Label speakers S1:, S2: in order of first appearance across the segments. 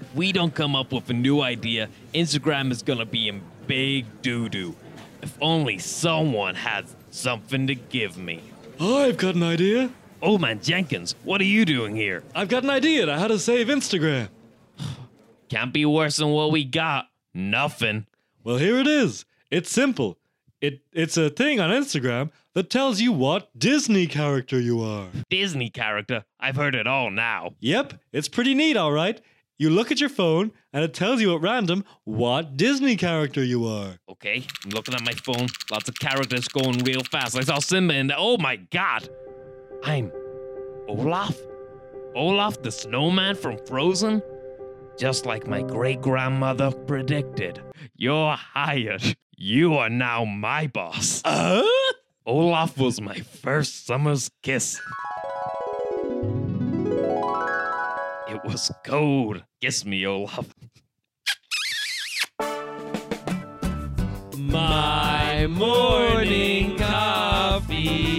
S1: if we don't come up with a new idea, Instagram is gonna be in big doo doo. If only someone has something to give me.
S2: I've got an idea.
S1: Oh man, Jenkins, what are you doing here?
S2: I've got an idea to how to save Instagram.
S1: Can't be worse than what we got. Nothing.
S2: Well, here it is. It's simple. It it's a thing on Instagram that tells you what Disney character you are.
S1: Disney character, I've heard it all now.
S2: Yep, it's pretty neat, all right. You look at your phone and it tells you at random what Disney character you are.
S1: Okay, I'm looking at my phone. Lots of characters going real fast. I saw Simba in there. Oh my god! I'm Olaf? Olaf the snowman from Frozen? Just like my great grandmother predicted. You're hired. You are now my boss.
S2: Uh?
S1: Olaf was my first summer's kiss. It was cold. Kiss me, Olaf.
S2: My
S1: morning coffee.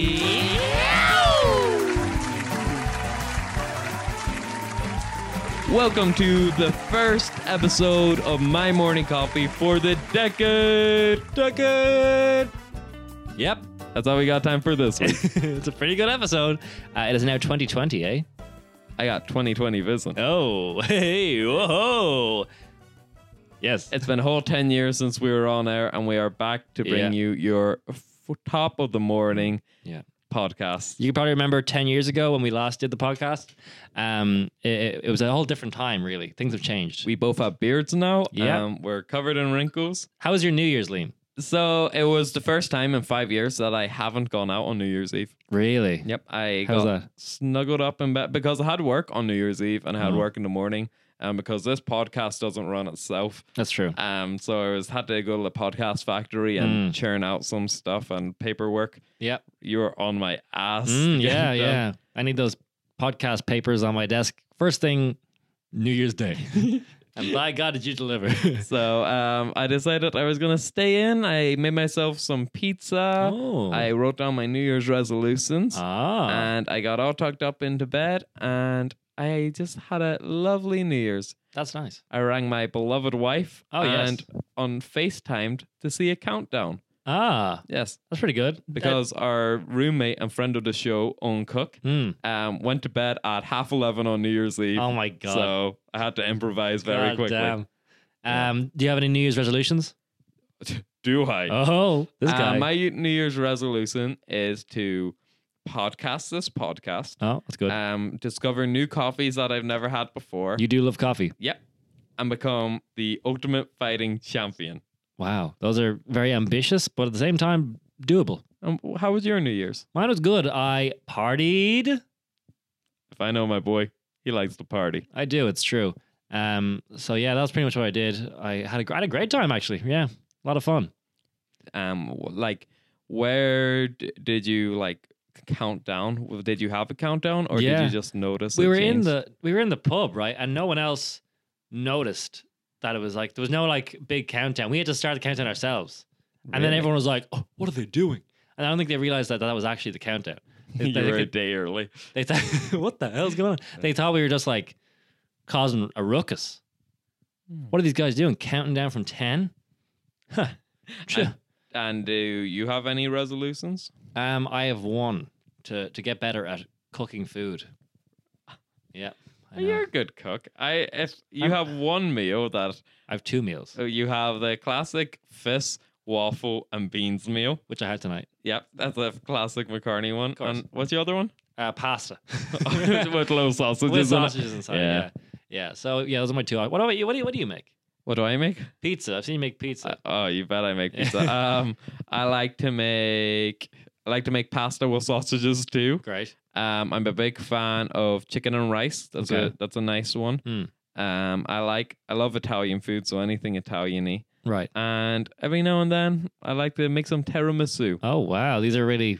S1: Welcome to the first episode of My Morning Coffee for the decade. Decade. Yep, that's all we got time for this week.
S2: it's a pretty good episode.
S3: Uh, it is now 2020, eh?
S1: I got 2020 vision.
S2: Oh, hey, whoa. Yes.
S1: It's been a whole 10 years since we were on air, and we are back to bring
S3: Yeah.
S1: you your f- top of the morning
S3: Yeah.
S1: podcast.
S3: You can probably remember 10 years ago when we last did the podcast. Um, it- it, it was a whole different time, really. Things have changed.
S1: We both have beards now.
S3: Yeah.
S1: Um, we're covered in wrinkles.
S3: How was your New Year's, Liam?
S1: So it was the first time in five years that I haven't gone out on New Year's Eve.
S3: Really?
S1: Yep. I
S3: How's
S1: got
S3: that?
S1: snuggled up in bed because I had work on New Year's Eve and I had
S3: Mhm.
S1: work in the morning. And because this podcast doesn't run itself,
S3: That's true.
S1: um, so I was had to go to the podcast factory
S3: Mm.
S1: and churn out some stuff and paperwork.
S3: Yep.
S1: You were on my ass.
S3: Mm,
S1: to get
S3: yeah,
S1: it done.
S3: yeah. I need those podcast papers on my desk. First thing, New Year's Day. and by God, did you deliver?
S1: So um, I decided I was gonna stay in. I made myself some pizza.
S3: oh.
S1: I uh, wrote down my New Year's resolutions,
S3: ah.
S1: and I got all tucked up into bed, and I just had a lovely New Year's.
S3: that's nice.
S1: I rang my beloved wife
S3: Oh, yes.
S1: and on FaceTimed to see a countdown.
S3: Ah,
S1: Yes,
S3: that's pretty good.
S1: because our roommate and friend of the show, Owen Cook,
S3: That- Mm.
S1: um, went to bed at half 11 on New Year's Eve.
S3: Oh, my God.
S1: So I had to improvise very
S3: God
S1: quickly.
S3: damn.
S1: Yeah.
S3: Um, do you have any New Year's resolutions?
S1: Do I?
S3: Oh, this
S1: Uh,
S3: guy.
S1: my New Year's resolution is to podcast this podcast,
S3: oh, that's good.
S1: um, discover new coffees that I've never had before,
S3: you do love coffee.
S1: and become the ultimate fighting champion.
S3: Wow, those are very ambitious, but at the same time doable.
S1: Um, how was your New Year's?
S3: Mine was good. I partied.
S1: If I know my boy, he likes to party.
S3: I do. It's true. Um, so yeah, that was pretty much what I did. I had a, gr- I had a great time actually. Yeah, a lot of fun.
S1: um w- like where d- did you like count down W- did you have a countdown or did
S3: Yeah.
S1: you just notice
S3: we
S1: it
S3: were in
S1: changed?
S3: the we were in the pub right, and no one else noticed that it was like there was no like big countdown. We had to start the countdown ourselves, and then
S1: Really?
S3: everyone was like, oh,
S2: What are they doing?
S3: and I don't think they realized that that was actually the countdown. They-
S1: you
S3: they
S1: were a
S3: could-
S1: day early
S3: They thought, what the hell's going on? They thought we were just like causing a ruckus.
S1: Hmm.
S3: What are these guys doing? Counting down from 10? Huh. Sure.
S1: and do you have any resolutions
S3: Um, I have one to, to get better at cooking food. Yeah. I, know.
S1: you're a good cook i if you
S3: I'm-
S1: have one meal that
S3: I have two meals,
S1: uh, you have the classic fish waffle and beans meal
S3: which I had tonight
S1: yep that's a classic mccartney one
S3: course.
S1: and what's the other one
S3: uh, pasta
S1: with low sausages in
S3: with
S1: it.
S3: sausages inside.
S1: Yeah.
S3: Yeah. yeah. So, yeah, those are my two. What about you? What do you, what do you make?
S1: what do i make
S3: Pizza. I've seen you make pizza.
S1: Uh, oh, you bet I make pizza. um, I like to make I like to make pasta with sausages too.
S3: Great.
S1: Um, I'm a big fan of chicken and rice. That's a
S3: Okay.
S1: that's a nice one.
S3: Mm.
S1: Um, I like I love Italian food, so anything Italian-y.
S3: Right.
S1: And every now and then, I like to make some tiramisu.
S3: Oh, wow. These are really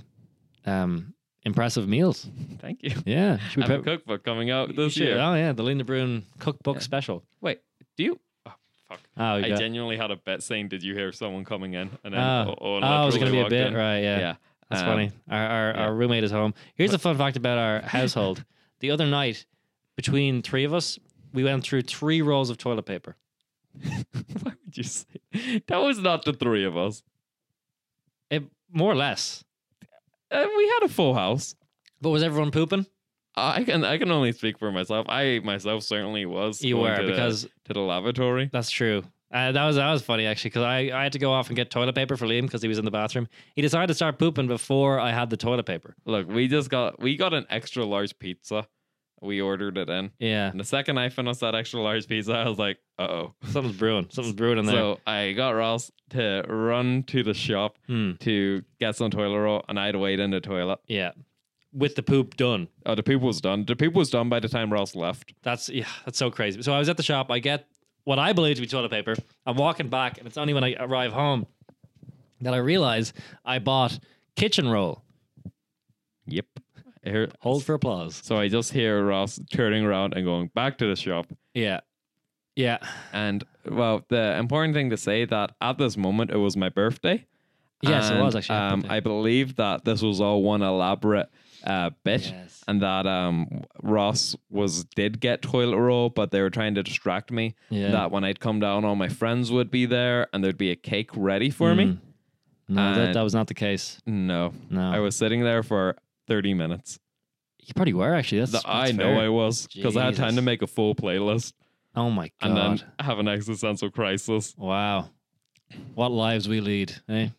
S3: um, impressive meals.
S1: Thank you.
S3: Yeah. Should
S1: I have a
S3: prep-
S1: cookbook coming out
S3: You
S1: this
S3: should-
S1: year.
S3: Oh yeah, the Linda Brune cookbook
S1: Yeah.
S3: special.
S1: Wait, do you? Oh, fuck.
S3: Oh, we
S1: I
S3: got-
S1: genuinely had a bet saying, "Did you hear someone coming in?" And then
S3: Ah.
S1: Owen
S3: oh, it was gonna
S1: literally
S3: be a
S1: walked
S3: bit,
S1: in.
S3: right? Yeah,
S1: Yeah,
S3: that's
S1: Um,
S3: funny. Our our,
S1: yeah.
S3: our roommate is home. Here's a fun fact about our household. the other night, between three of us, we went through three rolls of toilet paper.
S1: Why would you say that was not the three of us?
S3: It, more or less.
S1: Uh, we had a full house.
S3: But was everyone pooping?
S1: I can I can only speak for myself. I myself certainly was.
S3: You
S1: going
S3: were
S1: to the-
S3: because
S1: to the lavatory.
S3: That's true. Uh, that was that was funny actually because I, I had to go off and get toilet paper for Liam because he was in the bathroom. He decided to start pooping before I had the toilet paper.
S1: Look, we just got we got an extra large pizza. We ordered it in.
S3: Yeah,
S1: And the second I finished that extra large pizza, I was like, uh oh.
S3: something's brewing. Something's brewing in there.
S1: So I got Ross to run to the shop
S3: Hmm.
S1: to get some toilet roll and I'd wait in the toilet.
S3: Yeah, with the poop done.
S1: Oh, the poop was done. The poop was done by the time Ross left.
S3: That's yeah, that's so crazy. So I was at the shop. I get what I believe to be toilet paper. I'm walking back, and it's only when I arrive home that I realize I bought kitchen roll.
S1: Yep. I hear-
S3: Hold for applause.
S1: So I just hear Ross turning around and going back to the shop.
S3: Yeah, yeah.
S1: And well, the important thing to say that at this moment it was my birthday.
S3: Yes, it was
S1: And,
S3: actually.
S1: Um, I believe that this was all one elaborate uh, bit,
S3: Yes.
S1: and that um, Ross was did get toilet roll, but they were trying to distract me.
S3: Yeah.
S1: That when I'd come down, all my friends would be there, and there'd be a cake ready for me.
S3: no, that,
S1: and-
S3: that was not the case.
S1: No,
S3: Mm. No,
S1: I was sitting there for thirty minutes.
S3: You probably were actually. That's,
S1: Th-
S3: that's
S1: I know I was because I had time to
S3: Jesus.
S1: make a full playlist
S3: I. Oh my god!
S1: and then have an existential crisis.
S3: wow, what lives we lead? Eh?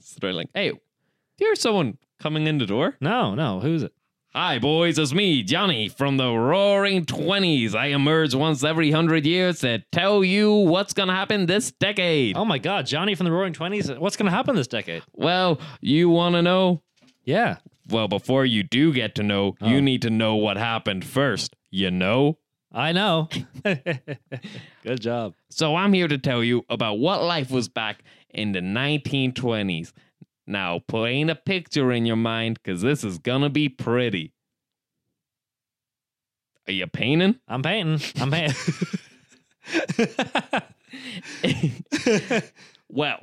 S1: so they're like, "Hey, do you hear someone coming in the door?"
S3: No, no. Who's it?
S1: Hi, boys, it's me, Johnny, from the roaring 20s. I emerge once every hundred years to tell you what's going to happen this decade.
S3: Oh my god, Johnny from the Roaring Twenties. What's going to happen this decade?
S1: Well, you want to know?
S3: Yeah.
S1: Well, before you do get to know,
S3: Oh.
S1: you need to know what happened first. You know?
S3: I know. Good job.
S1: So I'm here to tell you about what life was back in the 1920s. Now, paint a picture in your mind because this is going to be pretty. Are you painting?
S3: I'm painting. I'm painting.
S1: Well,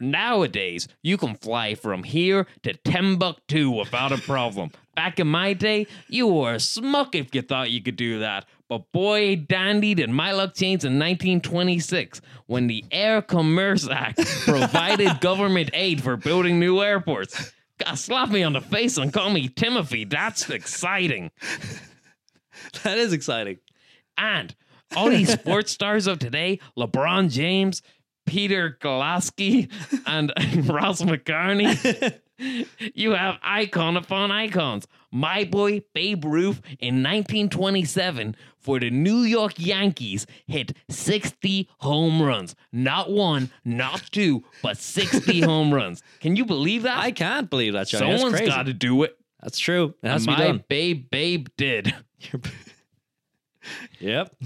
S1: nowadays you can fly from here to Timbuktu without a problem. Back in my day, you were a smuck if you thought you could do that. But boy, dandy, did my luck change in 1926 when the Air Commerce Act provided government aid for building new airports. God, slap me on the face and call me Timothy. That's exciting.
S3: that is exciting.
S1: And all these sports stars of today, LeBron James, Peter Golaski, and Ross McCarney, you have icon upon icons. My boy Babe Ruth in 1927 for the New York Yankees hit 60 home runs. Not one, not two, but 60 home runs. Can you believe that?
S3: I can't believe that, Johnny. That's
S1: Someone's
S3: crazy.
S1: got to do it.
S3: That's true. It has
S1: and
S3: to be
S1: my
S3: done.
S1: babe, babe did.
S3: Yep.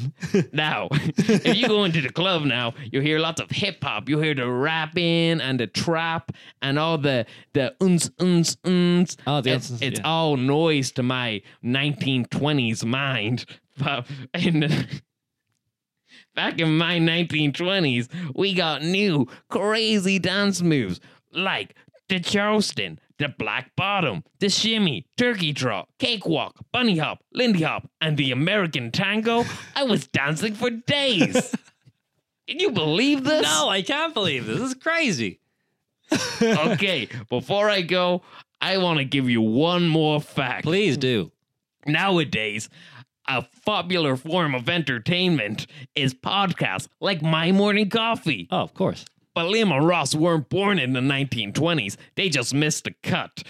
S1: Now, if you go into the club now, you hear lots of hip hop. You hear the rapping and the trap and all the the uns uns uns.
S3: Oh, the
S1: it's,
S3: uns, uns,
S1: it's
S3: yeah.
S1: all noise to my 1920s mind. But in the, back in my 1920s, we got new crazy dance moves like the Charleston, the Black Bottom, the Shimmy, Turkey Draw, Cakewalk, Bunny Hop, Lindy Hop, and the American Tango. I was dancing for days. Can you believe this?
S3: No, I can't believe this. This is crazy.
S1: Okay, before I go, I want to give you one more fact.
S3: Please do.
S1: Nowadays, a popular form of entertainment is podcasts like My Morning Coffee.
S3: Oh, of course.
S1: But Liam and Ross weren't born in the 1920s. They just missed the cut.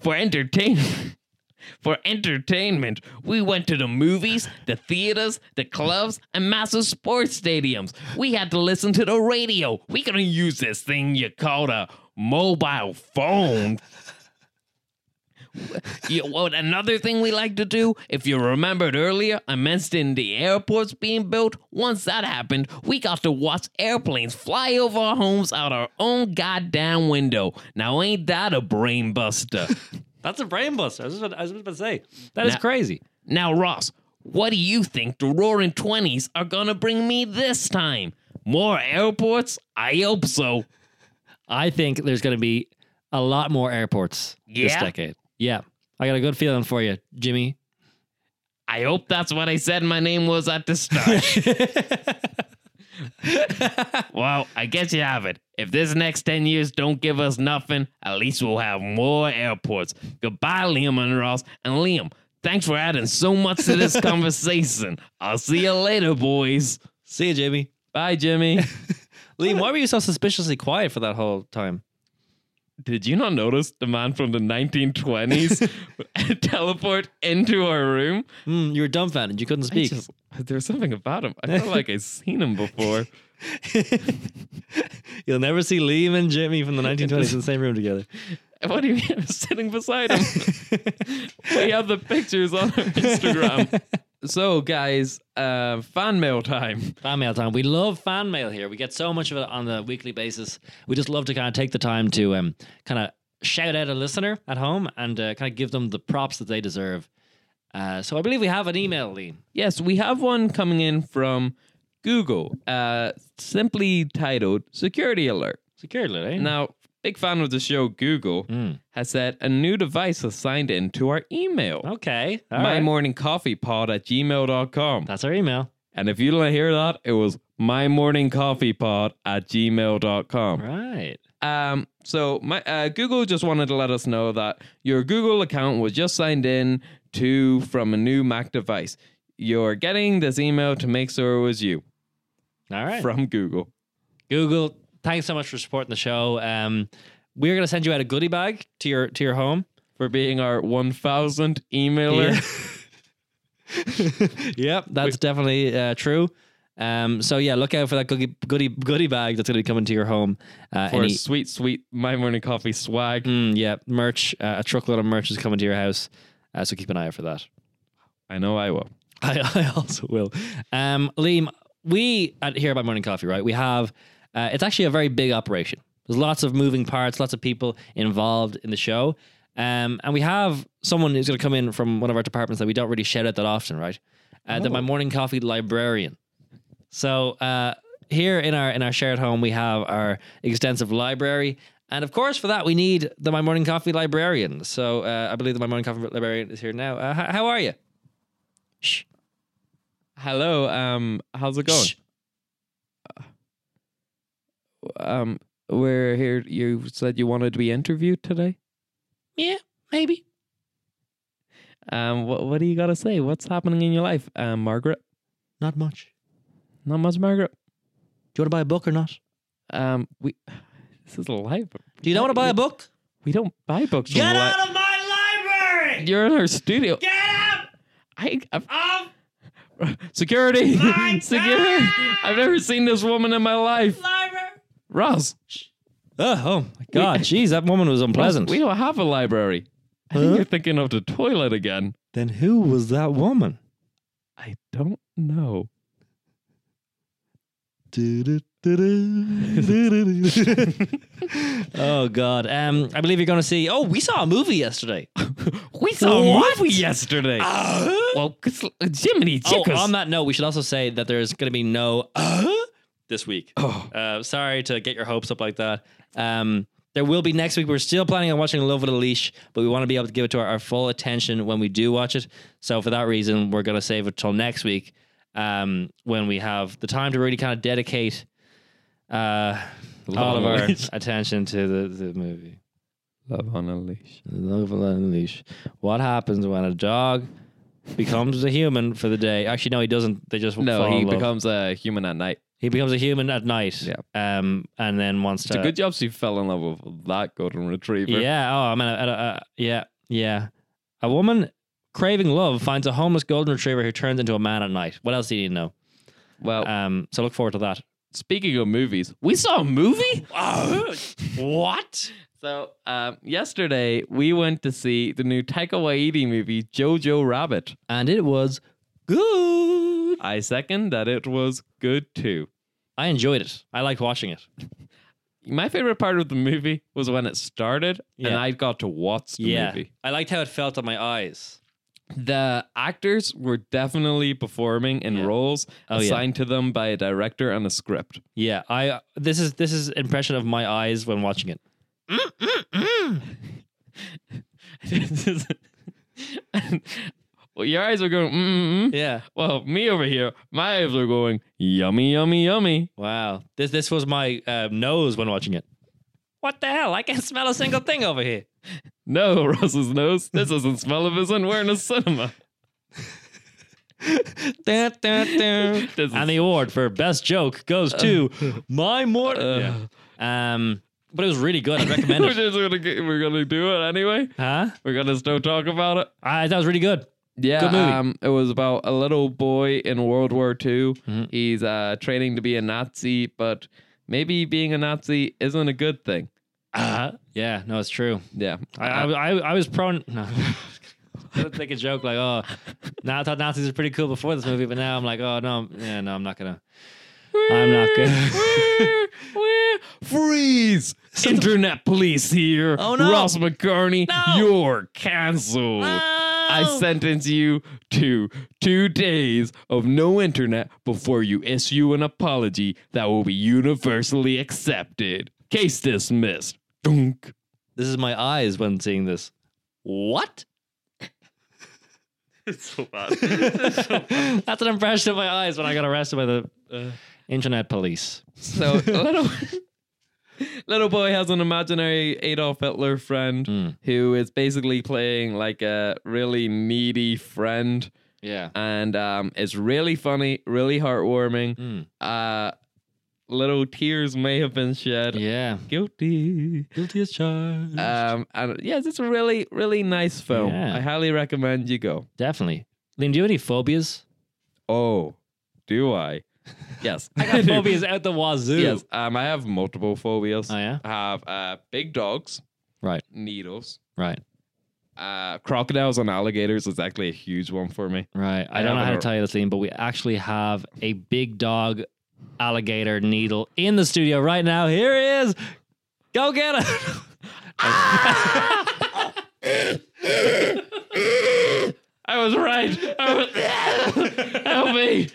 S1: For entertainment, for entertainment, we went to the movies, the theaters, the clubs, and massive sports stadiums. We had to listen to the radio. We couldn't use this thing you called a mobile phone. You, well, another thing we like to do, if you remembered earlier, I mentioned the airports being built. Once that happened, we got to watch airplanes fly over our homes out our own goddamn window. Now, ain't that a brain buster?
S3: That's a brain buster. I was just about, I was just about to say. that is
S1: Now-
S3: crazy.
S1: now, Ross, what do you think the roaring 20s are gonna bring me this time? More airports? I hope so.
S3: I think there's going to be a lot more airports this
S1: Yeah?
S3: decade. Yeah. I got a good feeling for you, Jimmy.
S1: I hope that's what I said my name was at the start. well, I guess you have it. If this next 10 years don't give us nothing, at least we'll have more airports. Goodbye, Liam and Ross. And Liam, thanks for adding so much to this conversation. I'll see you later, boys.
S3: See you, Jimmy.
S1: Bye, Jimmy.
S3: Liam, why were you so suspiciously quiet for that whole time?
S1: Did you not notice the man from the 1920s teleport into our room?
S3: Mm, you were dumbfounded. You couldn't
S1: I
S3: speak.
S1: just- there was something about him. I felt like I'd seen him before.
S3: You'll never see Liam and Jimmy from the 1920s in the same room together.
S1: What do you mean? I'm sitting beside him. we have the pictures on our Instagram. so, guys, uh, fan mail time.
S3: Fan mail time. We love fan mail here. We get so much of it on a weekly basis. We just love to kind of take the time to um, kind of shout out a listener at home and uh, kind of give them the props that they deserve. Uh, so I believe we have an email, Liam.
S1: Yes, we have one coming in from Google, uh, simply titled Security Alert.
S3: Securely, eh?
S1: Now, big fan of the show, Google
S3: Mm.
S1: has said a new device has signed in to our email.
S3: Okay. All
S1: My
S3: right.
S1: morning coffee pod at gmail.com.
S3: That's our email.
S1: And if you don't hear that, it was my morning coffee pod at gmail.com.
S3: Right.
S1: Um, so my uh, Google just wanted to let us know that your Google account was just signed in to from a new Mac device. You're getting this email to make sure it was you
S3: All right.
S1: from Google.
S3: Google, thanks so much for supporting the show. Um, we're gonna send you out a goodie bag to your to your home.
S1: For being our 1000 emailer.
S3: yep, that's definitely uh, true. Um, so yeah, look out for that goodie goodie, goodie bag that's gonna be coming to your home. Uh,
S1: For
S3: any-
S1: sweet, sweet My Morning Coffee swag.
S3: Mm, yeah, merch, uh, a truckload of merch is coming to your house. Uh, so keep an eye out for that.
S1: I know I will.
S3: I, I also will. Um, Liam, we at here about Morning Coffee, right? We have uh, it's actually a very big operation. There's lots of moving parts, lots of people involved in the show, um, and we have someone who's going to come in from one of our departments that we don't really shout out that often, right? Uh, That my Morning Coffee librarian. So uh, here in our in our shared home, we have our extensive library. And of course, for that, we need the My Morning Coffee librarian. So uh, I believe the My Morning Coffee librarian is here now. Uh, h- how are you? Shh.
S1: Hello, um, how's it going?
S3: Shh.
S1: Um, we're here. You said you wanted to be interviewed today.
S3: Yeah, maybe.
S1: Um, what, what do you got to say? What's happening in your life, um, Margaret?
S3: Not much.
S1: Not much, Margaret.
S3: Do you want to buy a book or not?
S1: Um, we this is a live.
S3: Do you not want to buy a book?
S1: We don't buy books. from li-
S3: of my library!
S1: You're in our studio.
S3: Get out!
S1: I, I've, security. security. I've never seen this woman in my life.
S3: Library!
S1: Ross.
S3: Oh, oh my God. Jeez, that woman was unpleasant.
S1: We don't have a library. I think
S3: Huh?
S1: you're thinking of the toilet again.
S3: then who was that woman?
S1: I don't know.
S3: oh God. Um, I believe you're going to see. Oh, we saw a movie yesterday.
S1: We saw
S3: What?
S1: a
S3: Uh,
S1: movie yesterday.
S3: Ah,
S1: well, it's, Jiminy
S3: Oh,
S1: Chickers.
S3: on that note, we should also say that there's going to be no uh, this week.
S1: Oh.
S3: Uh, sorry to get your hopes up like that. Um, there will be next week. We're still planning on watching Love with a Leash, but we want to be able to give it to our, our full attention when we do watch it. So for that reason, we're going to save it till next week um, when we have the time to really kind of dedicate uh, all
S1: on
S3: of
S1: a
S3: our
S1: leash.
S3: attention to the, the movie.
S1: Love on a leash.
S3: Love with a Leash. What happens when a dog becomes a human for the day? Actually, no, he doesn't. They just
S1: No,
S3: fall
S1: he
S3: in love.
S1: becomes a human at night.
S3: he becomes a human at night.
S1: Yeah.
S3: Um, and then wants
S1: It's
S3: to
S1: a good job she fell in love with that golden retriever.
S3: Yeah. Oh, I mean, uh, uh, uh, yeah, yeah. A woman craving love finds a homeless golden retriever who turns into a man at night. What else do you need to know?
S1: Well,
S3: Um, so look forward to that.
S1: speaking of movies, we saw a movie.
S3: what?
S1: So um, yesterday we went to see the new Taika Waititi movie Jojo Rabbit.
S3: And it was good.
S1: I second that it was good too.
S3: I enjoyed it. I liked watching it.
S1: My favorite part of the movie was when it started and
S3: Yeah.
S1: I got to watch the movie.
S3: I liked how it felt on my eyes.
S1: The actors were definitely performing in
S3: Yeah.
S1: roles
S3: Oh, yeah.
S1: assigned to them by a director and a script.
S3: Yeah. I. uh, This is this is impression of my eyes when watching it.
S1: This is- Well, your eyes are going, mm mm
S3: Yeah.
S1: Well, me over here, my eyes are going, yummy, yummy, yummy.
S3: Wow. This this was my um, nose when watching it. What the hell? I can't smell a single thing over here.
S1: No, Russ's nose. This doesn't smell of isn't we're in a cinema.
S3: Dun, dun, dun.
S1: This is-
S3: and the award for best joke goes to my Morton.
S1: Uh.
S3: Yeah. Um, but it was really good. I'd recommend
S1: we're
S3: it.
S1: just gonna get- we're gonna do it anyway.
S3: Huh?
S1: We're gonna still talk about it.
S3: I, that was really good.
S1: Yeah,
S3: Good movie.
S1: Um, it was about a little boy in World War II.
S3: Mhm.
S1: He's uh, training to be a Nazi, but maybe being a Nazi isn't a good thing.
S3: Uh, yeah, no, it's true.
S1: Yeah,
S3: I I, I, I was prone. No. I would make a joke like, oh, now I thought Nazis were pretty cool before this movie, but now I'm like, oh no, yeah, no, I'm not gonna. I'm not gonna.
S1: freeze. Internet police here.
S3: Oh, no.
S1: Ross McCarney,
S3: No.
S1: you're canceled. I sentence you to two days of no internet before you issue an apology that will be universally accepted. Case dismissed. Dunk.
S3: This is my eyes when seeing this. What?
S1: It's so bad.
S3: That's an impression of my eyes when I got arrested by the uh, internet police.
S1: So little little boy has an imaginary Adolf Hitler friend
S3: Mm.
S1: who is basically playing like a really needy friend,
S3: Yeah.
S1: and um, it's really funny, really heartwarming.
S3: Mm.
S1: Uh, little tears may have been shed.
S3: Yeah.
S1: Guilty.
S3: Guilty as charged.
S1: Um, and yeah, it's a really, really nice film.
S3: Yeah.
S1: I highly recommend you go.
S3: Definitely. Liam, do you have any phobias?
S1: Oh, do I? Yes,
S3: I got
S1: do.
S3: phobias out the wazoo.
S1: Yes, um, I have multiple phobias.
S3: Oh yeah.
S1: I have uh, big dogs,
S3: Right.
S1: Needles,
S3: Right.
S1: uh, crocodiles and alligators is actually a huge one for me.
S3: Right. I
S1: I
S3: don't
S1: have
S3: know how to
S1: a-
S3: tell you this, Liam, but we actually have a big dog alligator needle in the studio right now. Here he is. Go get it.
S1: I was right. I was- Help me!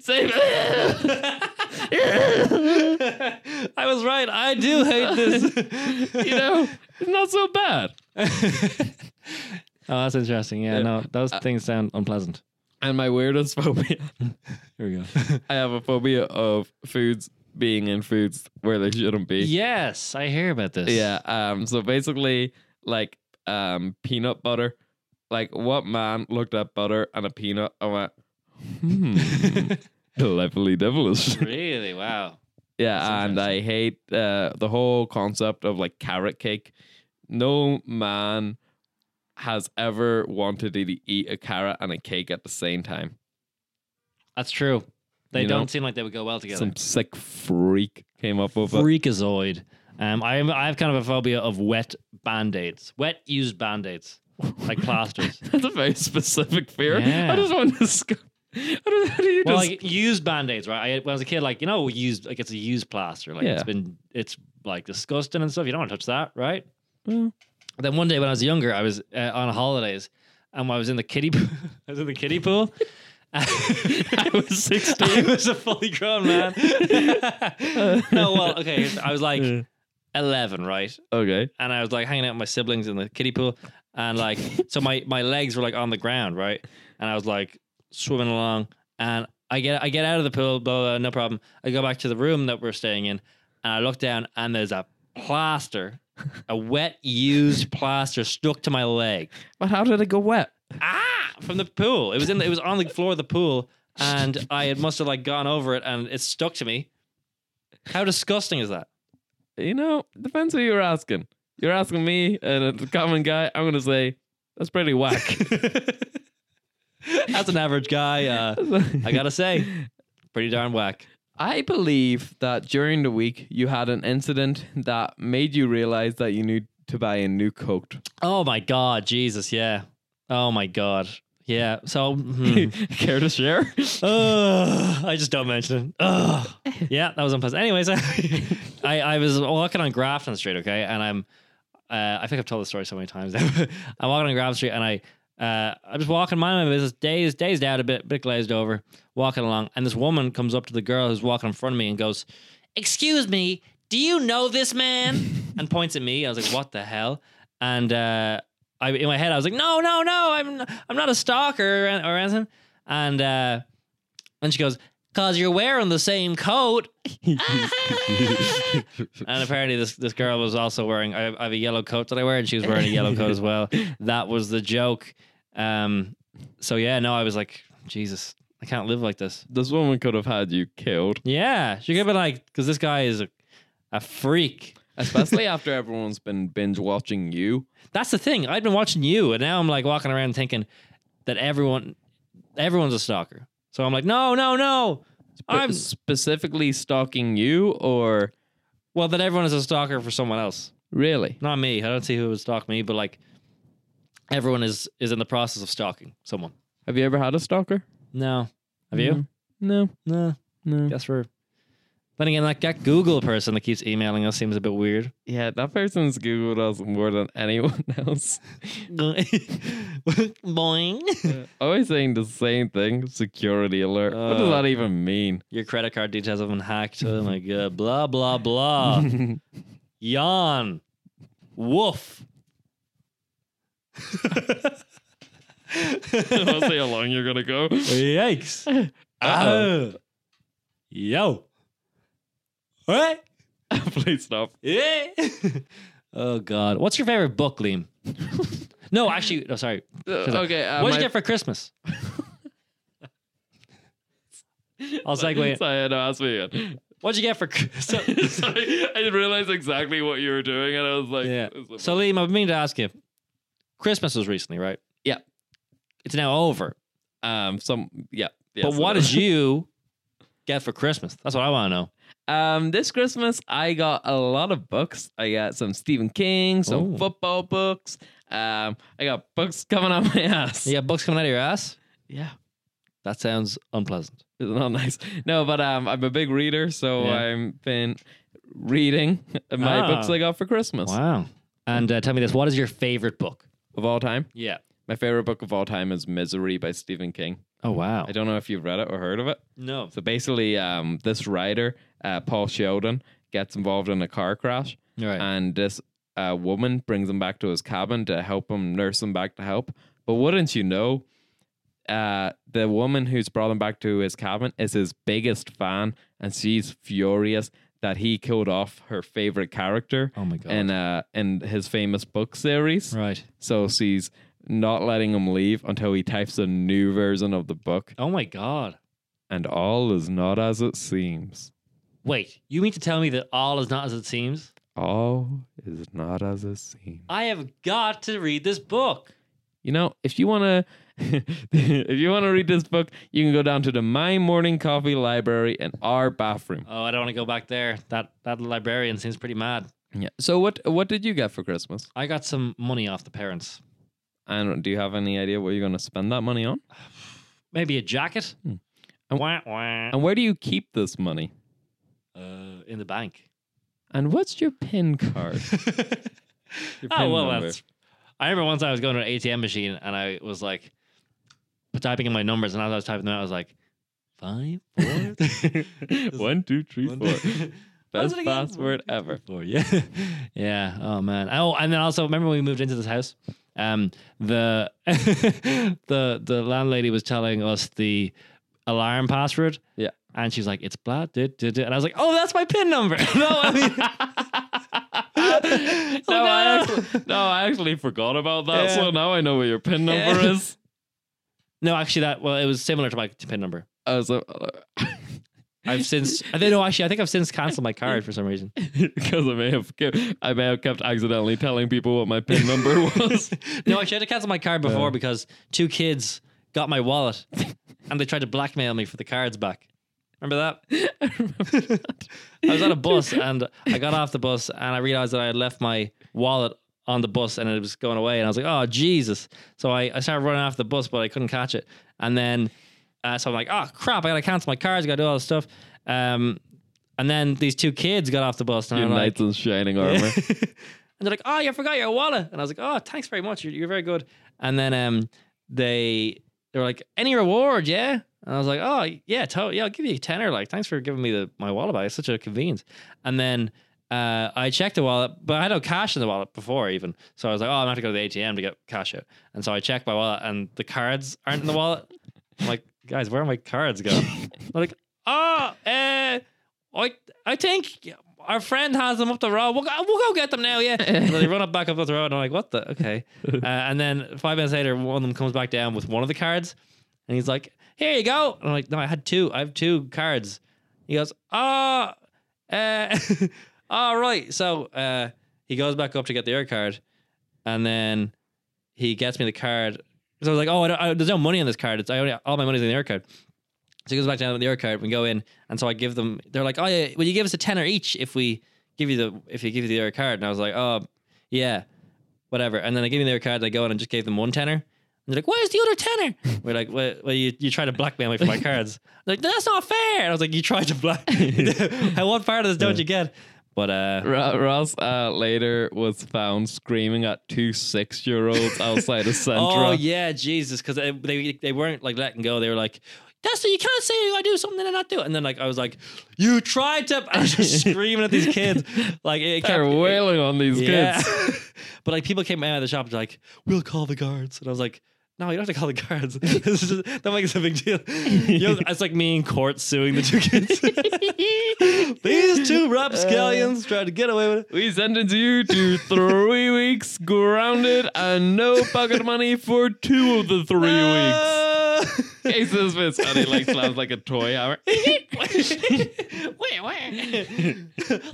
S1: Save me!
S3: I was right. I do hate this.
S1: You know, it's not so bad.
S3: Oh, that's interesting. Yeah,
S1: Yeah. Uh,
S3: no, those things sound unpleasant.
S1: And my weirdest phobia,
S3: Here we go.
S1: I have a phobia of foods being in foods where they shouldn't be.
S3: yes, I hear about this.
S1: Yeah. Um. So basically, like, um, peanut butter. Like, what man looked at butter and a peanut and went, hmm, delightfully devilish.
S3: Really? Wow. That's
S1: yeah. And I hate uh, the whole concept of like carrot cake. No man has ever wanted to eat a carrot and a cake at the same time.
S3: That's true. They
S1: You know?
S3: don't seem like they would go well together.
S1: Some sick freak came up with it.
S3: freakazoid. Um, I am, I have kind of a phobia of wet band aids, wet used band aids, like plasters.
S1: That's a very specific fear.
S3: Yeah.
S1: I just want to. Sc- I don't, how do you
S3: well,
S1: just-
S3: like used band aids, right? I, when I was a kid, like you know, used like it's a used plaster, like it's
S1: Yeah.
S3: been it's like disgusting and stuff. You don't want to touch that, right?
S1: Mm.
S3: Then one day when I was younger, I was uh, on holidays, and I was in the kiddie, pool- I was in the kiddie pool. I was 16. I was a fully grown man. no, well, okay. I was like 11, right?
S1: uh, okay.
S3: and I was like hanging out with my siblings in the kiddie pool, and like so my my legs were like on the ground, right? And I was like swimming along, and I get I get out of the pool, blah, blah, blah, no problem. I go back to the room that we're staying in, and I look down, and there's a plaster, a wet used plaster stuck to my leg.
S1: But how did it go wet?
S3: Ah, from the pool. It was in the, it was on the floor of the pool, and I had must have like gone over it, and it stuck to me. How disgusting is that?
S1: You know, depends who you're asking. You're asking me and a common guy. I'm gonna say that's pretty whack.
S3: That's an average guy. Uh, I gotta say, pretty darn whack.
S1: I believe that during the week you had an incident that made you realize that you need to buy a new coat.
S3: Oh my god, Jesus, yeah. Oh my god, yeah. So hmm.
S1: Care to share?
S3: Ugh, I just don't mention it. Ugh. Yeah, that was unpleasant. Anyways, I, I I was walking on Grafton Street, okay, and I'm uh, I think I've told the story so many times. now. I'm walking on Grafton Street, and I uh, I'm just walking, minding my business, dazed dazed out a bit, bit glazed over, walking along, and this woman comes up to the girl who's walking in front of me and goes, "Excuse me, do you know this man?" and points at me. I was like, "What the hell?" And uh, I in my head I was like, no, no, no, I'm I'm not a stalker or, an- or anything. And uh, and she goes, cause you're wearing the same coat. and apparently this this girl was also wearing. I, I have a yellow coat that I wear, and she was wearing a yellow coat as well. That was the joke. Um, so yeah, no, I was like, Jesus, I can't live like this.
S1: This woman could have had you killed,
S3: Yeah, she could be like, because this guy is a, a freak.
S1: especially after everyone's been binge watching you.
S3: That's the thing. I've been watching you, and now I'm like walking around thinking that everyone, everyone's a stalker. So I'm like, no, no, no. I'm
S1: I'm specifically stalking you, or
S3: well that everyone is a stalker for someone else,
S1: really?
S3: not me. I don't see who would stalk me, but like everyone is is in the process of stalking someone.
S1: Have you ever had a stalker?
S3: No, have you?
S1: No,
S3: No,
S1: no.
S3: guess we're. Then again, like that Google person that keeps emailing us seems a bit weird.
S1: Yeah, that person's googled us more than anyone else.
S3: Boing.
S1: Always saying the same thing. Security alert. what does
S3: Uh,
S1: that even mean?
S3: Your credit card details have been hacked. Oh my god. Blah blah blah. Yawn. Woof.
S1: I'll see how long you're gonna go.
S2: Yikes.
S1: Uh-oh.
S3: Oh.
S2: Ah. Yo. All right.
S1: Please stop.
S2: Yeah.
S3: Oh god. What's your favorite book, Liam? no, actually, no, sorry.
S1: Uh, okay. Uh,
S3: what did
S1: my-
S3: you get for Christmas? I'll segue. in.
S1: Sorry, no, ask me again.
S3: What'd you get for Christmas?
S1: Sorry, I didn't realize exactly what you were doing, and I was like,
S3: Yeah.
S1: it's like-
S3: So, Liam, I've been meaning to ask you. Christmas was recently, right?
S1: Yeah.
S3: It's now over.
S1: um, some, yeah. yeah
S3: but
S1: so
S3: what
S1: that-
S3: did you get for Christmas? That's what I want to know.
S1: Um, this Christmas I got a lot of books. I got some Stephen King, some
S3: Ooh.
S1: football books. Um, I got books coming out my ass.
S3: You got books coming out of your ass?
S1: yeah.
S3: That sounds unpleasant.
S1: It's not nice. No, but um, I'm a big reader, so
S3: Yeah.
S1: I've been reading my
S3: Ah.
S1: books I got for Christmas
S3: Wow. And uh, tell me this: What is your favorite book?
S1: of all time.
S3: Yeah.
S1: My favorite book of all time is Misery by Stephen King.
S3: Oh wow.
S1: I don't know if you've read it or heard of it.
S3: No.
S1: So basically, um, this writer, uh, Paul Sheldon, gets involved in a car crash,
S3: Right.
S1: and this uh, woman brings him back to his cabin to help him nurse him back to help. But wouldn't you know, uh, the woman who's brought him back to his cabin is his biggest fan, and she's furious that he killed off her favorite character
S3: oh my god.
S1: in uh, in his famous book series.
S3: right.
S1: So she's not letting him leave until he types a new version of the book,
S3: Oh my god.
S1: and all is not as it seems.
S3: Wait, you mean to tell me that all is not as it seems?
S1: All is not as it seems.
S3: I have got to read this book.
S1: You know, if you wanna, if you wanna read this book, you can go down to the My Morning Coffee Library in our bathroom.
S3: Oh, I don't want to go back there. That that librarian seems pretty mad.
S1: Yeah. So what what did you get for Christmas?
S3: I got some money off the parents.
S1: And do you have any idea what you're gonna spend that money on?
S3: Maybe a jacket.
S1: Hmm.
S3: Wah, wah.
S1: And where do you keep this money?
S3: Uh, in the bank.
S1: And what's your PIN card? Your
S3: Oh
S1: PIN
S3: well,
S1: number.
S3: that's. I remember once I was going to an ATM machine and I was like, typing in my numbers, and as I was typing them, out, I was like, five, four,
S1: one, two, three,
S2: One-
S1: four.
S3: was
S1: Best
S3: it again?
S1: password ever.
S2: Four, yeah.
S3: Yeah. Oh man. Oh, and then also remember when we moved into this house, um, the the the landlady was telling us the alarm password.
S1: Yeah.
S3: And she's like, "It's blah, did, did, did," and I was like, "Oh, that's my pin number." no, I mean,
S1: no,
S3: Oh,
S1: I
S3: no.
S1: actually, no, I actually forgot about that.
S3: Yeah.
S1: So now I know what your PIN number
S3: Yeah.
S1: is.
S3: no, actually, that well, it was similar to my pin number.
S1: I was like, uh,
S3: I've since I don't know. Actually, I think I've since canceled my card for some reason.
S1: because I may have kept, I may have kept accidentally telling people what my pin number was.
S3: No, actually, I had to cancel my card before because two kids got my wallet and they tried to blackmail me for the cards back. Remember that? I was on a bus and I got off the bus and I realized that I had left my wallet on the bus and it was going away. And I was like, oh, Jesus. So I, I started running off the bus, but I couldn't catch it. And then, uh, so I'm like, oh, crap, I got to cancel my cards, I got to do all this stuff. Um, and then these two kids got off the bus and
S1: Your
S3: I'm like,
S1: knights in shining armor.
S3: and they're like, "Oh, you forgot your wallet." And I was like, "Oh, thanks very much. You're, you're very good." And then um, they they were like, "Any reward? Yeah." And I was like, "Oh, yeah, to- yeah, I'll give you a tenner. Like, thanks for giving me the my wallet back. It's such a convenience." And then uh, I checked the wallet, but I had no cash in the wallet before even. So I was like, oh, I'm gonna have to go to the ATM to get cash out. And so I checked my wallet, and the cards aren't in the wallet. I'm like, guys, where are my cards going? They're like, oh, uh, I, I think our friend has them up the road. We'll, go- we'll go get them now, yeah. And then they run up back up the road, and I'm like, what the? Okay. Uh, and then five minutes later, one of them comes back down with one of the cards, and he's like, here you go. And I'm like, no, I had two. I have two cards. He goes, ah, oh, uh, all right. So uh, he goes back up to get the air card, and then he gets me the card. So I was like, oh, I don't, I, there's no money on this card. It's I only all my money's in the air card. So he goes back down with the air card. We go in, and so I give them. They're like, oh, yeah, will you give us a tenner each if we give you the if you give you the air card? And I was like, oh, yeah, whatever. And then I give me their card. And I go in and just gave them one tenner. And they're like, where's the other tenner? We're like, well, well you you try to blackmail me for my cards. They're like, that's not fair. And I was like, you tried to black. How what part of this don't you get? But uh,
S1: Ro- Ross uh, later was found screaming at two six year olds outside of Centra.
S3: Oh yeah, Jesus, because they, they they weren't like letting go. They were like, "That's you can't say I do something and not do it." And then like I was like, "You tried to," I was just screaming at these kids, like it
S1: They're
S3: kept- it-
S1: wailing on these
S3: yeah.
S1: kids.
S3: but like people came out of the shop and like, "We'll call the guards," and I was like. No, you don't have to call the guards. This is just, that makes a big deal. You know, it's like me in court suing the two kids. These two rapscallions tried to get away with it.
S1: We sentence you to three weeks grounded and no pocket money for two of the three weeks.
S3: weeks.
S1: Case dismissed. And he like slams like a toy hammer.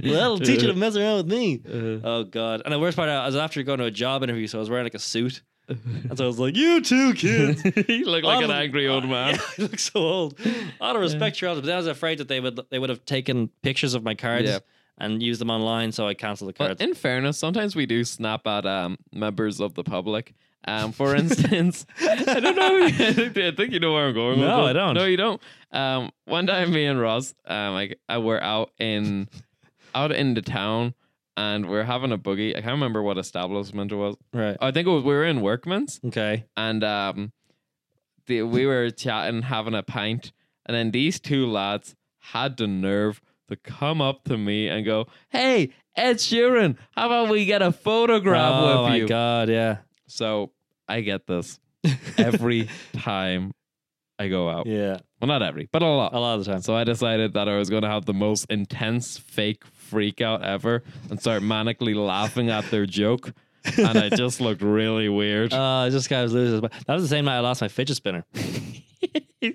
S3: That'll teach you to mess around with me.
S1: Uh.
S3: Oh god! And the worst part, I was after going to a job interview, so I was wearing like a suit, and so I was like, "You two kids."
S1: he looked like an
S3: Honor-
S1: angry old man.
S3: Yeah, I look so old. I don't respect your elders, but then I was afraid that they would they would have taken pictures of my cards
S1: Yeah.
S3: and used them online, so I canceled the cards.
S1: But in fairness, sometimes we do snap at um, members of the public. Um, for instance, I don't know. I think, I think you know where I'm going. with
S3: No,
S1: this.
S3: I don't.
S1: No, you don't. Um, one time, me and Ross, um, like, I were out in out in the town, and we're having a boogie. I can't remember what establishment it was.
S3: right.
S1: I think it was we were in Workman's,
S3: Okay.
S1: and um, the, we were chatting, having a pint, and then these two lads had the nerve to come up to me and go, "Hey, Ed Sheeran, how about we get a photograph
S3: oh
S1: with
S3: my
S1: you?"
S3: god! Yeah.
S1: So I get this every time I go out.
S3: Yeah.
S1: Well, not every, but a lot.
S3: A lot of the time.
S1: So I decided that I was going to have the most intense fake freak out ever and start manically laughing at their joke. And I just looked really weird.
S3: Uh, this guy was losing. But that was the same night I lost my fidget spinner.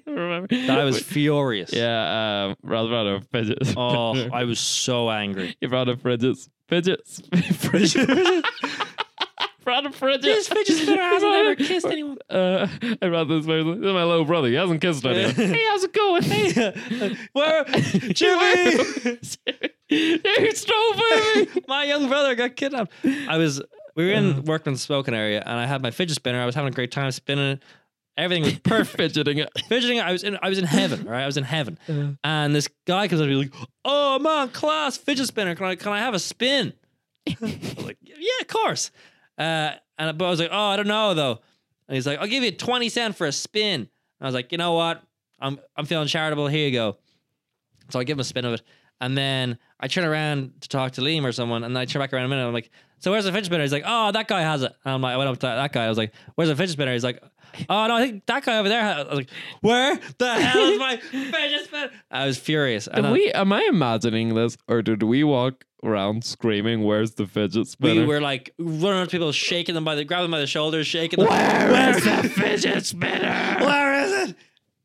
S1: remember?
S3: That I was furious.
S1: Yeah, um, rather brought a fidget.
S3: Oh,
S1: spinner.
S3: I was so angry.
S1: you brought a fidget. s- Fidget. s- Fidget. brought a fidget.
S3: This fidget spinner hasn't ever kissed anyone.
S1: Uh, I brought this person. This is my little brother. He hasn't kissed anyone. hey, how's it going?
S3: Where, Jimmy?
S1: Hey, strawberry.
S3: my young brother got kidnapped. I was we were in Workman's Spoken area, and I had my fidget spinner. I was having a great time spinning it. Everything was perfect.
S1: Fidgeting it.
S3: Fidgeting, I was in I was in heaven, all right? I was in heaven. And this guy comes up to me like, "Oh man, class fidget spinner. Can I can I have a spin?" I was like, "Yeah, of course." Uh, and but I was like, "Oh, I don't know though." And he's like, "I'll give you twenty cent for a spin." And I was like, "You know what? I'm I'm feeling charitable. Here you go." So I give him a spin of it, and then I turn around to talk to Liam or someone, and then I turn back around in a minute. And I'm like, "So where's the fidget spinner?" He's like, "Oh, that guy has it." And I'm like, I went up to that guy. I was like, "Where's the fidget spinner?" He's like, "Oh no, I think that guy over there." Has it." I was like, "Where the hell is my fidget spinner?" I was furious. And
S1: Did
S3: I-
S1: we? Am I imagining this, or did we walk around screaming, "Where's the fidget spinner?"
S3: we were like running up to people, shaking them by the, grabbing them by the shoulders, shaking them.
S1: Where's the fidget spinner?
S3: Where is it?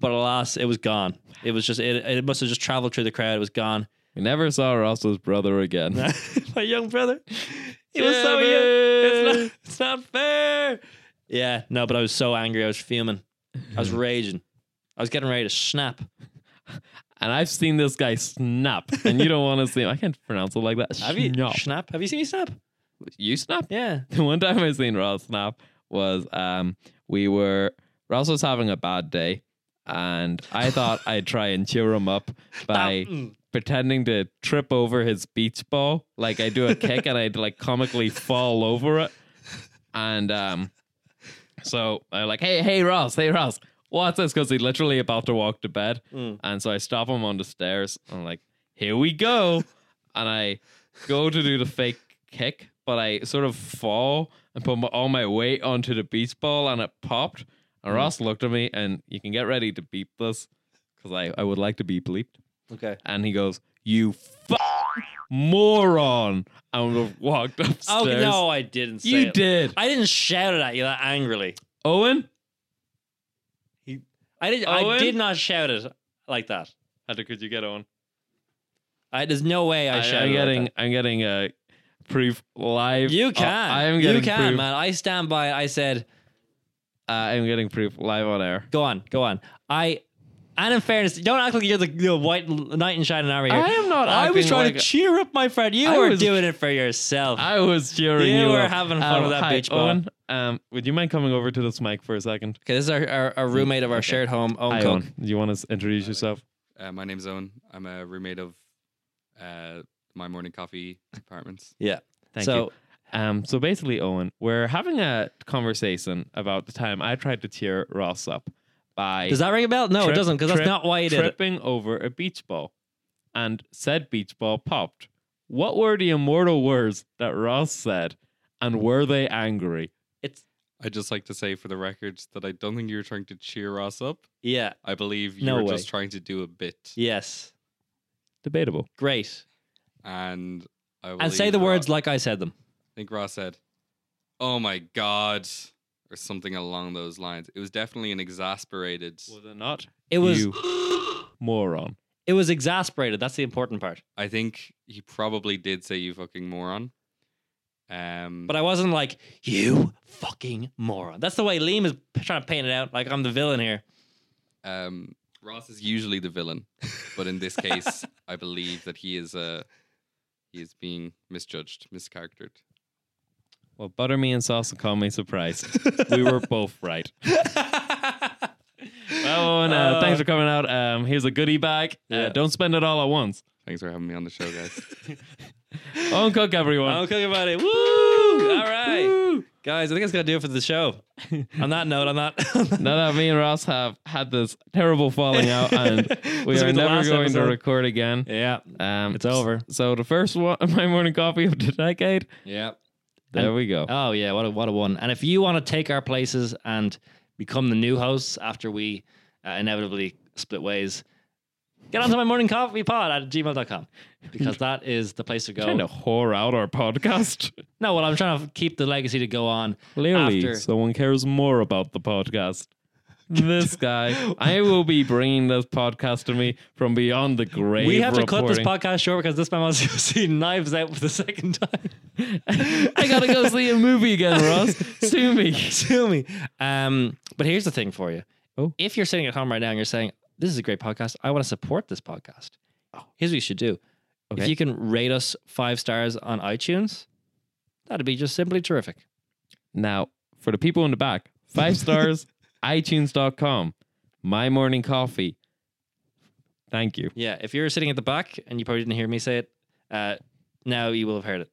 S3: But alas, it was gone. It was just it. It must have just traveled through the crowd. It was gone.
S1: We never saw Ross's brother again.
S3: My young brother. He was so young. It's not, it's not fair. Yeah, no, but I was so angry. I was fuming. I was raging. I was getting ready to snap.
S1: And I've seen this guy snap, and you don't want to see him. I can't pronounce it like that.
S3: Have you
S1: Snap.
S3: snap? Have you seen me snap?
S1: You snap?
S3: Yeah.
S1: The one time I seen Ross snap was um we were Ross was having a bad day, and I thought I'd try and cheer him up by
S3: Mm.
S1: pretending to trip over his beach ball. Like I do a kick and I'd like comically fall over it. And um so I'm like, hey, hey Ross, hey Ross, what's this? Because he's literally about to walk to bed.
S3: Mm.
S1: And so I stop him on the stairs. I'm like, here we go. And I go to do the fake kick, but I sort of fall and put my, all my weight onto the beach ball and it popped. And Ross looked at me and you can get ready to beep this because I, I would like to be bleeped.
S3: Okay.
S1: And he goes, You f- moron. And we walked upstairs.
S3: Oh no, I didn't. Say
S1: You
S3: it.
S1: did.
S3: I didn't shout it at you that angrily.
S1: Owen?
S3: I did. I
S1: Owen?
S3: did not shout it like that.
S1: How did, could you get on?
S3: I, there's no way I,
S1: I,
S3: shouted.
S1: am getting
S3: Like
S1: I'm getting a proof live.
S3: that. You
S1: on-
S3: can.
S1: I'm getting
S3: you can,
S1: proof,
S3: man. I stand by. it. I said,
S1: Uh, I'm getting proof live on air.
S3: go on, go on. I. And in fairness, don't act like you're the, the white knight in shining armor here.
S1: I am not.
S3: I was
S1: acting
S3: trying
S1: like-
S3: to cheer up my friend. You
S1: I
S3: were
S1: was-
S3: doing it for yourself.
S1: I was cheering
S3: You
S1: you.
S3: were
S1: up. Um,
S3: having fun with that
S1: hi,
S3: beach ball.
S1: Owen, um, would you mind coming over to this mic for a second?
S3: okay, this is our, our, our roommate of our shared home, Owen
S1: Hi,
S3: Cook.
S1: Owen. Do you want to introduce yourself?
S4: Uh, my name's Owen. I'm a roommate of uh, my morning coffee apartments.
S3: Yeah.
S1: Thank
S3: so,
S1: you. Um, so basically, Owen, we're having a conversation about the time I tried to cheer Ross up by
S3: does that ring a bell? No, it
S1: Trip-
S3: doesn't, because that's
S1: trip-
S3: not why you did it.
S1: tripping over a beach ball, and said beach ball popped. What were the immortal words that Ross said, and were they angry?
S3: It's
S4: I'd just like to say for the records that I don't think you were trying to cheer us up.
S3: yeah,
S4: I believe you
S3: No
S4: were
S3: way.
S4: just trying to do a bit.
S3: yes,
S1: Debatable.
S3: great.
S4: And I
S3: And say
S4: believe
S3: the
S4: Ro-
S3: words like I said them.
S4: I think Ross said, "Oh my god," or something along those lines. It was definitely an exasperated.
S1: Was it not?
S3: It was
S1: You moron.
S3: it was exasperated. That's the important part.
S4: I think he probably did say "you fucking moron." Um,
S3: But I wasn't like you fucking moron. That's the way Liam is p- trying to paint it out. Like I'm the villain here.
S4: um, Ross is usually the villain, but in this case, I believe that he is uh, he is being misjudged, mischaractered.
S1: Well, butter me and sauce and call me surprised. we were both right. Well, Owen, uh,
S3: Uh,
S1: thanks for coming out. Um, here's a goodie bag.
S3: Yeah.
S1: Uh, don't spend it all at once.
S4: Thanks for having me on the show, guys.
S1: Owen Cook, everyone.
S3: I'm cooking about it. Woo! All right, guys. I think it's gonna do it for the show. on that note, on that.
S1: Now that me and Ross have had this terrible falling out and Oh, we
S3: This will
S1: are
S3: be the
S1: never
S3: last
S1: going
S3: episode.
S1: to record again.
S3: yeah,
S1: Um,
S3: it's over.
S1: So the first one, my morning coffee of the decade.
S3: Yeah.
S1: There we go.
S3: Oh yeah, what a what a one! And if you want to take our places and become the new hosts after we uh, inevitably split ways, get onto my morning coffee pod at gmail.com because that is the place to go.
S1: Trying to whore out our podcast.
S3: No, well, I'm trying to keep the legacy to go on.
S1: Clearly,
S3: After-
S1: someone cares more about the podcast. This guy, I will be bringing this podcast to me from beyond the grave.
S3: we have to cut this
S1: reporting.
S3: podcast short because this man wants to go see Knives Out for the second time.
S1: I gotta go see a movie again, Ross. Sue me.
S3: Sue me. Um, but here's the thing for you.
S1: Oh.
S3: If you're sitting at home right now and you're saying, This is a great podcast, I want to support this podcast. Here's what you should do. If
S1: Oh. Okay.
S3: you can rate us five stars on iTunes, that'd be just simply terrific.
S1: Now, for the people in the back, five stars, iTunes.com, my morning coffee. Thank you.
S3: Yeah. If you're sitting at the back and you probably didn't hear me say it, uh, now you will have heard it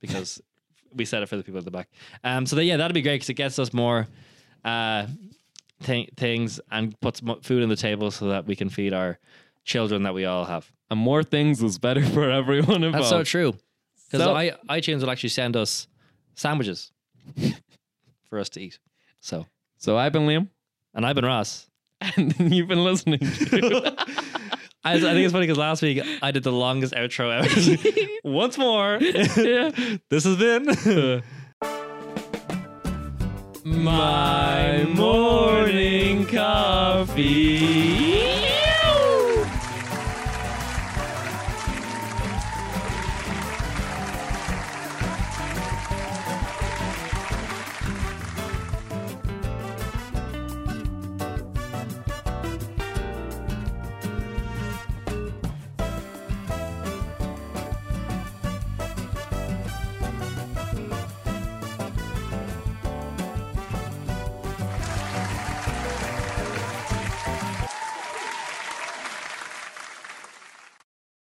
S3: because we said it for the people at the back. Um, so that, yeah, that'd be great because it gets us more uh, thi- things and puts mo- food on the table so that we can feed our children that we all have.
S1: And more things is better for everyone involved.
S3: That's so true. Because
S1: So-
S3: I iTunes will actually send us sandwiches for us to eat. So,
S1: So I've been Liam,
S3: and I've been Ross.
S1: and you've been listening to
S3: I, I think it's funny because last week I did the longest outro ever. Once more,
S5: This has been
S1: My Morning Coffee.